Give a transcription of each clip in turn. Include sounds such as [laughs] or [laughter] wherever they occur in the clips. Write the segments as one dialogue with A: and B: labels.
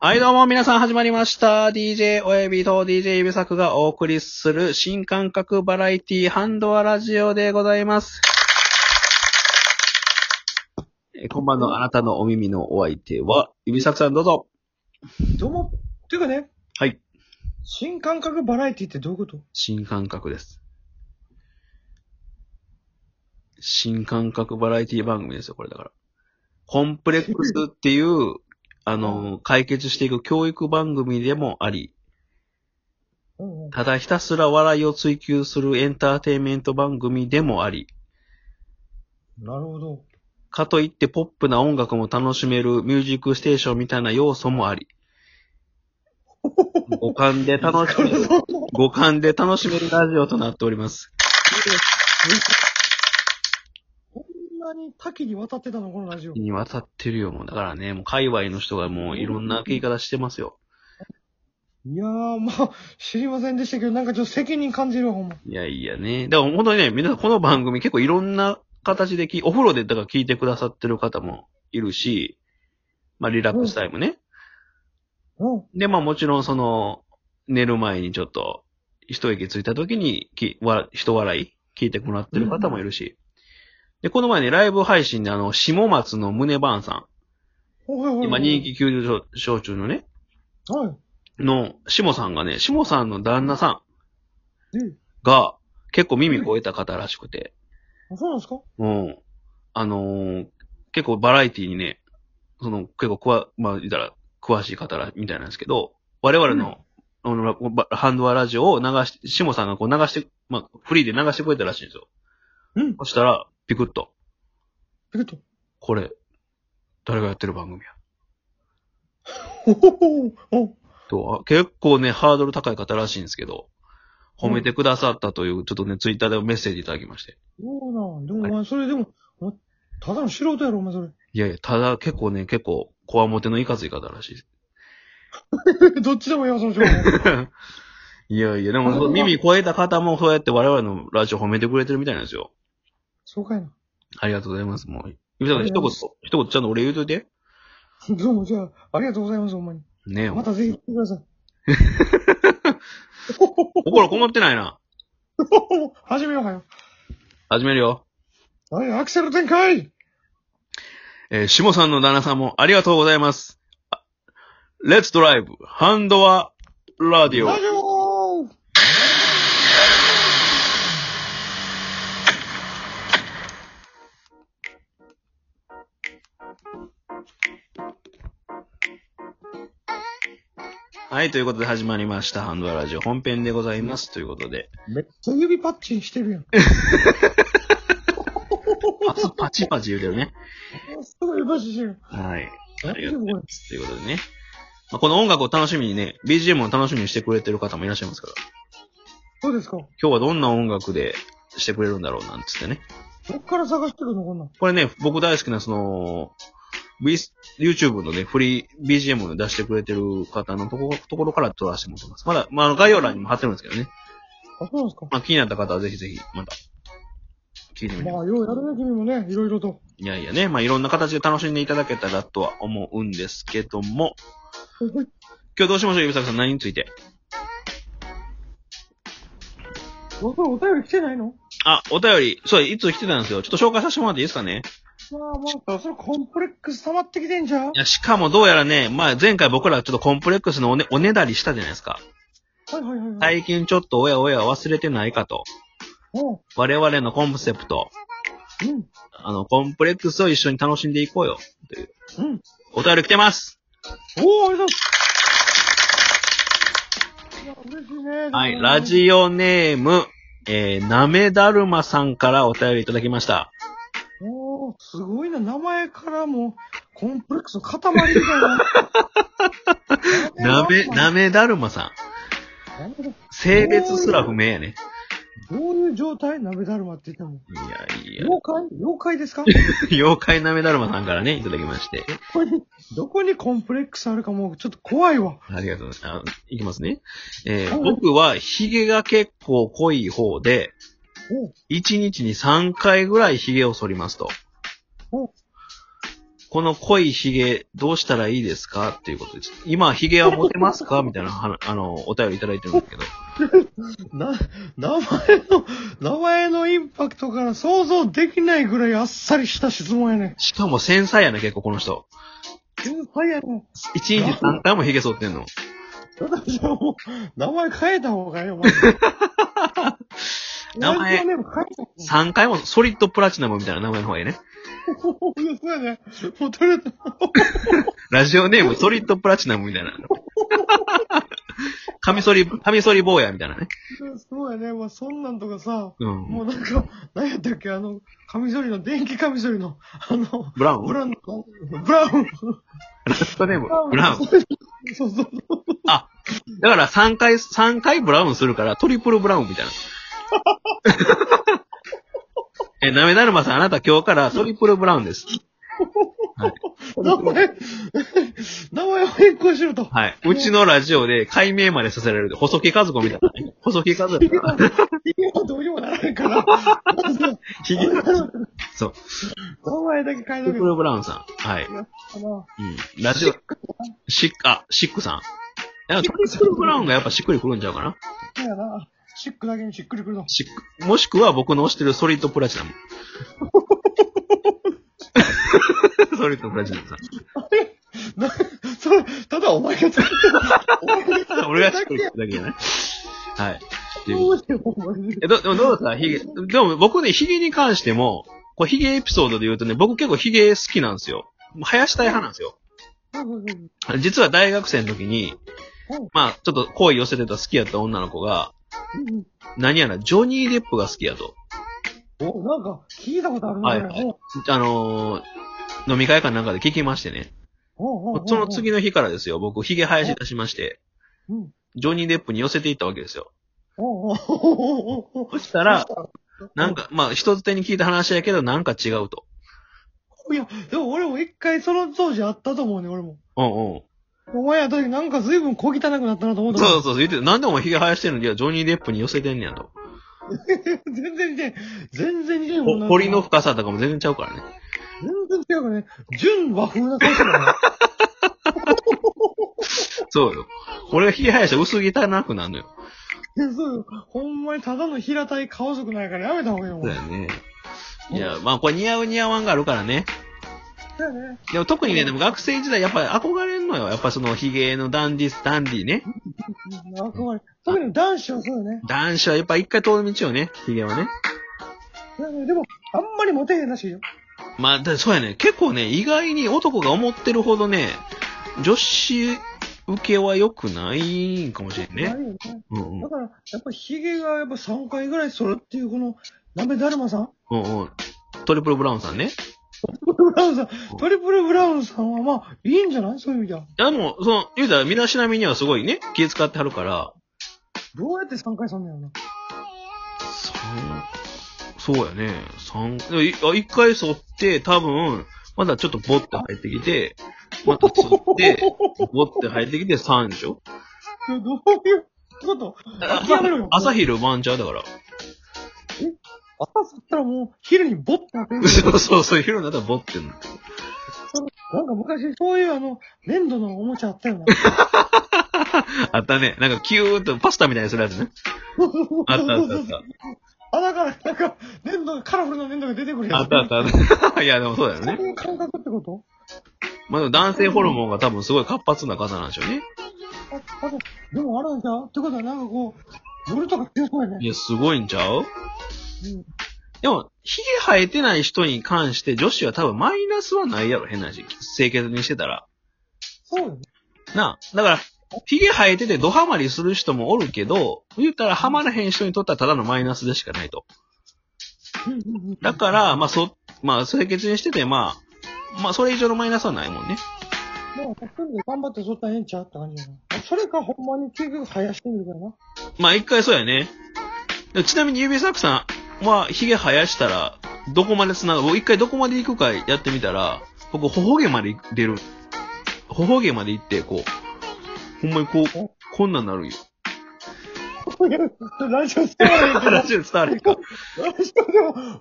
A: はい、どうも、皆さん、始まりました。DJ 親指と DJ 指作がお送りする新感覚バラエティハンドアラジオでございます。えーこんばんのあなたのお耳のお相手は、指作さんどうぞ。
B: どうも、ていうかね、
A: はい、
B: 新感覚バラエティってどういうこと
A: 新感覚です。新感覚バラエティ番組ですよ、これだから。コンプレックスっていう、あの、解決していく教育番組でもあり、
B: うんうん。
A: ただひたすら笑いを追求するエンターテインメント番組でもあり、
B: なるほど。
A: かといってポップな音楽も楽しめるミュージックステーションみたいな要素もあり、五感で楽しめる、五感で楽しめるラジオとなっております。
B: こんなに多岐にわたってたの、このラジオ。
A: にわたってるよ、もう。だからね、もう界隈の人がもういろんな言い方してますよ。
B: いやー、まあ、知りませんでしたけど、なんかちょっと責任感じるわ、ほんま。
A: いやいやね。だから本当にね、皆さんこの番組結構いろんな形で聞いお風呂でだから聞いてくださってる方もいるし、まあリラックスタイムね。
B: うん。
A: で、まあもちろんその、寝る前にちょっと、一息ついた時にき、わ、人笑い聞いてもらってる方もいるし。で、この前ね、ライブ配信であの、下松の胸バーンさ
B: ほいほいほ
A: ん、
B: い
A: 今人。気急上中のね、
B: は
A: の、下さんがね、下さんの旦那さ
B: い。え、
A: んが、結構耳超えた方らしくて、
B: あそうなんですか
A: うん。あのー結構バラエティにね、その、結構くわ、まあ、言ったら、詳しい方ら、みたいなんですけど、我々の、あの、ばハンドアラジオを流し、シモさんがこう流して、まあ、フリーで流してくれたらしいんですよ。
B: うん。
A: そしたら、ピクッと、[laughs]
B: ピクッと。
A: これ、誰がやってる番組や。
B: ほほほほ
A: とあ結構ね、ハードル高い方らしいんですけど、褒めてくださったという、ちょっとね、ツイッターでメッセージいただきまして。
B: そうなん。でもお前、それでも、お前ただの素人やろ、お前、それ。 [laughs]
A: いやいや、ただ、結構ね、結構、こわもてのいかつい方らしいです。
B: どっちでもいいわ、その情報。
A: [laughs] いやいや、でもそう、耳超えた方もそうやって我々のラジオ褒めてくれてるみたいなんですよ。
B: そうかいな。
A: ありがとうございます、もう。ゆみさん、
B: あり
A: 一
B: がと
A: 言、
B: うござい
A: 一言ちゃんとお礼言うといて。
B: どうも、じゃあ、ありがとうございます、ほんまに。
A: ねえ、
B: またぜひ来てください。
A: 心こもってないな。
B: おお始めようかよ。
A: 始めるよ。
B: はい、アクセル展開
A: えー、下さんの旦那さんもありがとうございます。レッツドライブ、ハンドア、ラディオ。
B: ラジオ
A: はい、ということで始まりました、ハンドアラジオ本編でございます。ということで、
B: めっちゃ指パッチンしてるやん。
A: パツパチパチ言うてるね。
B: すごい指パッチンしてる。
A: はい。あ
B: やって
A: りが
B: る
A: とうご
B: こ
A: ざい
B: れ
A: ます。ということでね。まあ、この音楽を楽しみにね、BGM を楽しみにしてくれてる方もいらっしゃいますから。
B: どうですかど
A: 今日はどんな音楽でしてくれるんだろうなんつってね。
B: っから探してくるのこんなん。
A: これね、僕大好きなその、V- YouTube のね、フリー BGM を出してくれてる方のとこところから撮らせてもらってます。まだ、まあ、あの概要欄にも貼ってるんですけどね。
B: あ、そうなんですか
A: まあ、気になった方はぜひぜひ、また、聞いてみてくだ
B: ま
A: さ
B: あ、ようやるね、君もね、いろいろと。
A: い。いやいやね、まあ、いろんな形で楽しんでいただけたらとは思うんですけども、
B: ほいほい
A: 今日どうしましょう、ゆびさくさん、何について
B: 僕はお便り来てないの
A: あ、お便り、そう、いつ来てたんですよ。ちょっと紹介させてもらっていいですかね。
B: まあ、まあ、それコンプレックス溜まってきてんじゃん
A: いや、しかもどうやらね、まあ、前回僕らちょっとコンプレックスのおね、おねだりしたじゃないですか。
B: はいはいはいはい。い。
A: 最近ちょっとおやおや忘れてないかと。
B: うん。
A: 我々のコンセプト、
B: うん。
A: あの、コンプレックスを一緒に楽しんでいこうよ。
B: うん。
A: お便り来てます
B: おおありがとういや、嬉しいね。
A: はい、ラジオネーム、えー、なめだるまさんからお便りいただきました。
B: おおすごいな。名前からも、コンプレックスの塊みたい
A: [laughs]
B: な。
A: なめ、なめだるまさん。
B: なんだ
A: 性別すら不明やね。
B: どういう状態鍋だるまって言っても。
A: いやいや、
B: 妖怪妖怪ですか
A: 妖怪なめだるまさんからね、いただきまして。
B: これどこにコンプレックスあるかもうちょっと怖いわ。
A: ありがとうございます。あいきますね。えー
B: はい
A: 僕は髭が結構濃い方で、1日に3回ぐらい髭を剃りますと
B: お。
A: この濃い髭どうしたらいいですかっていうことです。今、髭は持てますかみたいなは、あの、お便りいただいてるんですけど。
B: な、名前の、名前のインパクトから想像できないぐらいあっさりした質問やね。
A: しかも繊細やね、結構この人。
B: 天才やね。
A: 一日3回も髭剃ってんの。
B: 私はもう、名前変えた方がいいよ、まず
A: [laughs] 名前
B: ラジオネーム変えた方がいい
A: 3回もソリッドプラチナムみたいな名前の方がいいね。
B: そうですよね。もうとりあえず、
A: ラジオネームソリッドプラチナムみたいな。カミソリ、カミソリ坊やみたいなね。
B: そうやね。まあ、そんなんとかさ、
A: うん。
B: もうなんか、何やったっけ、あの、カミソリの、電気カミソリの、あの、
A: ブラウン
B: ブラウン、ブラウン。
A: ラジオネームブラウン。
B: そうそうそう。
A: あ、だから3回、三回ブラウンするからトリプルブラウンみたいな。 [laughs] え、なめだるまさん、あなた今日からトリプルブラウンです。
B: 名前、名前を変更しろと。
A: はい。うちのラジオで解明までさせられる。細木和子みたいな、ね。細木和子。
B: ヒゲは、ヒゲはどうにもならないから。まず
A: ひげそう。
B: 名前だ
A: トリ
B: け変えなき
A: プ
B: ゃ
A: ルブラウンさん。はい。うん。ラジオ、シック、あ、シックさん。いやトリプルブラウンがやっぱしっくりくるんちゃうかな
B: そうやな。シックだけにしっくりくるの。
A: シック、もしくは僕の推してるソリッドプラチナ [laughs] ム。ソリッドプラチナムさん。
B: な、それ、ただお前が作ってる。
A: 俺が
B: 作
A: 作
B: っ
A: る
B: て
A: だけじゃない [laughs] はい。っていうこと
B: る。
A: え、ど、でもどうだったヒゲ。でも僕ね、ヒゲに関しても、こうヒゲエピソードで言うとね、僕結構ヒゲ好きなんですよ。もう生やしたい派なんですよ。実は大学生の時に
B: うん、
A: まあ、ちょっと恋寄せてた好きやった女の子が、何やら、ジョニー・デップが好きやと。
B: お、なんか、聞いたことあるな。
A: はいはいあのー飲み会かなんかで聞きましてね。
B: おうおうおう
A: その。次の日からですよ、僕、ヒゲ生やし出しまして、
B: うん
A: ジョニー・デップに寄せていったわけですよ。
B: おうおうおうおうおう
A: そしたら、なんか、まあ、人づてに聞いた話やけど、なんか違うと。
B: いや、でも俺も一回その当時あったと思うね、俺も。
A: うんうん。
B: お前やった時なんか随分小汚くなったなと思った
A: そう
B: もん。
A: そうそう、言ってた。なんでお前ヒゲ生やしてるのにいや、ジョニー・デップに寄せてんねやと。
B: 全然似てん。全然似てんもん
A: ほ
B: な。
A: 彫りの深さとかも全然ちゃうからね。
B: 全然違うからね。純和風な顔してるからね。
A: そうよ。俺がヒゲ生やしたら薄汚くなるのよ。
B: いやそうよ。ほんまにただの平たい顔族なんやからやめた方がいいよ。
A: そう
B: や
A: やね。いや、まあ、これ似合う似合わんがあるからね。
B: ね。
A: でも特にね、でも学生時代やっぱり憧れんのよ。やっぱそのヒゲのダンディ、ダンディね。
B: 憧れ。特に男子はそうよね。
A: 男子はやっぱ一回通る道をね、ヒゲはね。
B: そうやねでも、あんまりモテへんらしいよ。
A: まあ、だそうやね。結構ね、意外に男が思ってるほどね、女子受けは良くないんかもしれん
B: な
A: ね。
B: いよね。
A: うんう
B: だ
A: ん。
B: から、やっぱヒゲがやっぱ3回ぐらい剃るっていう、この、なべだるまさん [laughs]
A: うんうん。トリプルブラウンさんね。
B: トリプルブラウンさん、トリプルブラウンさんはまあ、いいんじゃないそういう意味では。
A: でも、その、言うたら、身だしなみにはすごいね、気遣ってはるから、
B: どうやって3回剃んのやろな。
A: 三、そうやね、三、いあ一回剃って、多分、まだちょっとボって入ってきて、また剃っ
B: [laughs]
A: て、ボって入ってきて三でしょ
B: いやどういうこと諦めろよ。
A: 朝昼晩ちゃうだから。
B: 朝剃ったらもう、昼にボッて開ける。
A: そうそうそう、昼になったらボってんの。
B: なんか昔、そういうあの、粘土のおもちゃあったよな。
A: あったね。なんかキューっとパスタみたいにするやつね。あったあったあっ
B: [laughs] あ、だから、なんか、粘土が、カラフルな粘土が出てくる
A: た。あ
B: やつ。
A: ったあったあった。いや、でもそうだよね
B: そう。いう感覚ってこと
A: まあでも男性ホルモンが多分すごい活発な方なんでしょうね。
B: ああとでもあれなんじゃうってことは、なんかこう、夜とか強そうや
A: い
B: ね。
A: や、すごいんちゃう
B: うん
A: でも、髭生えてない人に関して女子は多分マイナスはないやろ、変な話。清潔にしてたら。
B: そうよね。
A: なあ。だから、髭生えててドハマりする人もおるけど、言ったらハマらへん人にとったらただのマイナスでしかないと。
B: うんうんうん
A: だから、まあそ、まあ清潔にしてて、まあ、まあそれ以上のマイナスはないもんね。
B: もう、一人で頑張ってそったらええんちゃうって感じやな。それか、ほんまに結局生やしてみるからな。 [laughs]
A: まあ一回そうやね。でちなみに指作さんは、髭生やしたら、どこまで繋がる僕一回どこまで行くかやってみたら、僕、頬毛まで出る。頬毛まで行って、こう。ほんまにこう、こんなんなるんよ。
B: ラジオ伝わらへんけど、ラジ
A: 話で伝わるか。い
B: オで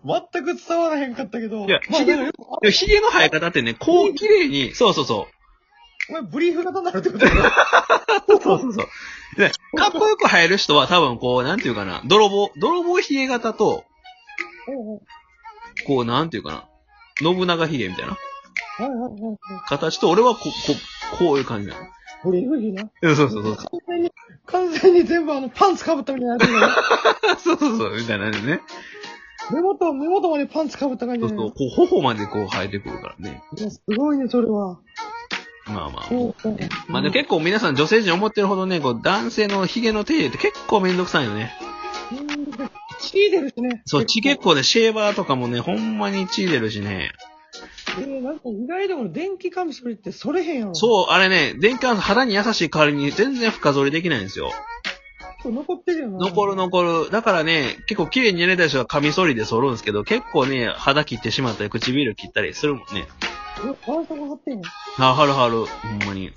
B: も全く伝わらへんかったけど、
A: いや
B: まあ、でもよくあ
A: や、ヒゲの生え方ってね、こう綺麗に、そうそうそう。
B: お前ブリーフ型になるってことだ
A: そうそうそう。ね、かっこよく生える人は多分こう、なんていうかな、泥棒、泥棒髭型と、こう、なんていうかな、信長髭みたいな形と、俺はこ、こ、こういう感じなの。
B: ブリーフ着な。
A: うんそうそうそう。
B: 完全に、完全に全部あの、パンツ被ったみたいなやつだ
A: [laughs]
B: ね
A: [laughs] そうそうそう、みたいなね。
B: 目元、目元までパンツ被った感
A: そ
B: じ
A: う
B: だ
A: す
B: ね
A: ると、こう、頬までこう生えてくるからね。
B: いや、すごいね、それは。
A: まあまあ。
B: そうか。
A: まあでも結構皆さん女性陣思ってるほどね、こう男性の髭の手入れって結構めんどくさいよね。
B: うん血出るしね。
A: そう、血結構ね、シェーバーとかもね、ほんまに血出るしね。
B: えー、なんか意外でも電気カミソリってそれへんやろ。
A: そう、あれね、電気は肌に優しい代わりに全然深剃りできないんですよ。
B: う。残ってるよな。
A: 残る。残る。だからね、結構綺麗にやれた人はカミソリで剃るんですけど、結構ね、肌切ってしまったり、唇切ったりするもんね。
B: バンソク貼ってんやん。
A: あ、はるはる。ほんまに。
B: うん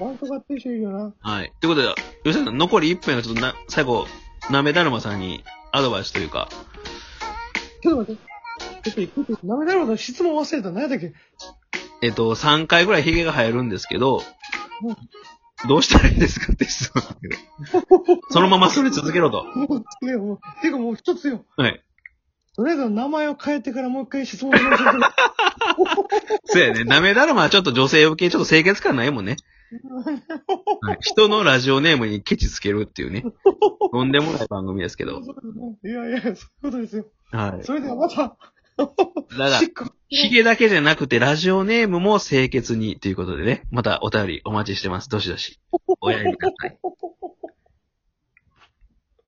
B: バンソク貼ってる人いるよな。
A: はい。ということで、吉田さん、残り1分はちょっとな、最後、なめだるまさんにアドバイスというか、
B: ちょっと待って。ちょっと一個、なめだろうな、質問忘れた。何やったっけ
A: えっと、3回ぐらいヒゲが生えるんですけど
B: うん、
A: どうしたらいいですかって質問だけど。そのままそれ続けろと。
B: もう、つけよ、もう。てかもう一つよ。
A: はい。
B: とりあえず名前を変えてからもう一回質問しま
A: [laughs]
B: しょう。 [laughs]
A: そうやね。なめだるまはちょっと女性受け、ちょっと清潔感ないもんね。はい人のラジオネームにケチつけるっていうね。とんでもない番組ですけど。
B: いやいや、そういうことですよ。
A: はい。
B: それではまた、
A: だから
B: しっ、かり
A: ヒゲだけじゃなくて、ラジオネームも清潔にということでね。またお便りお待ちしてます。どしどし。おやりください。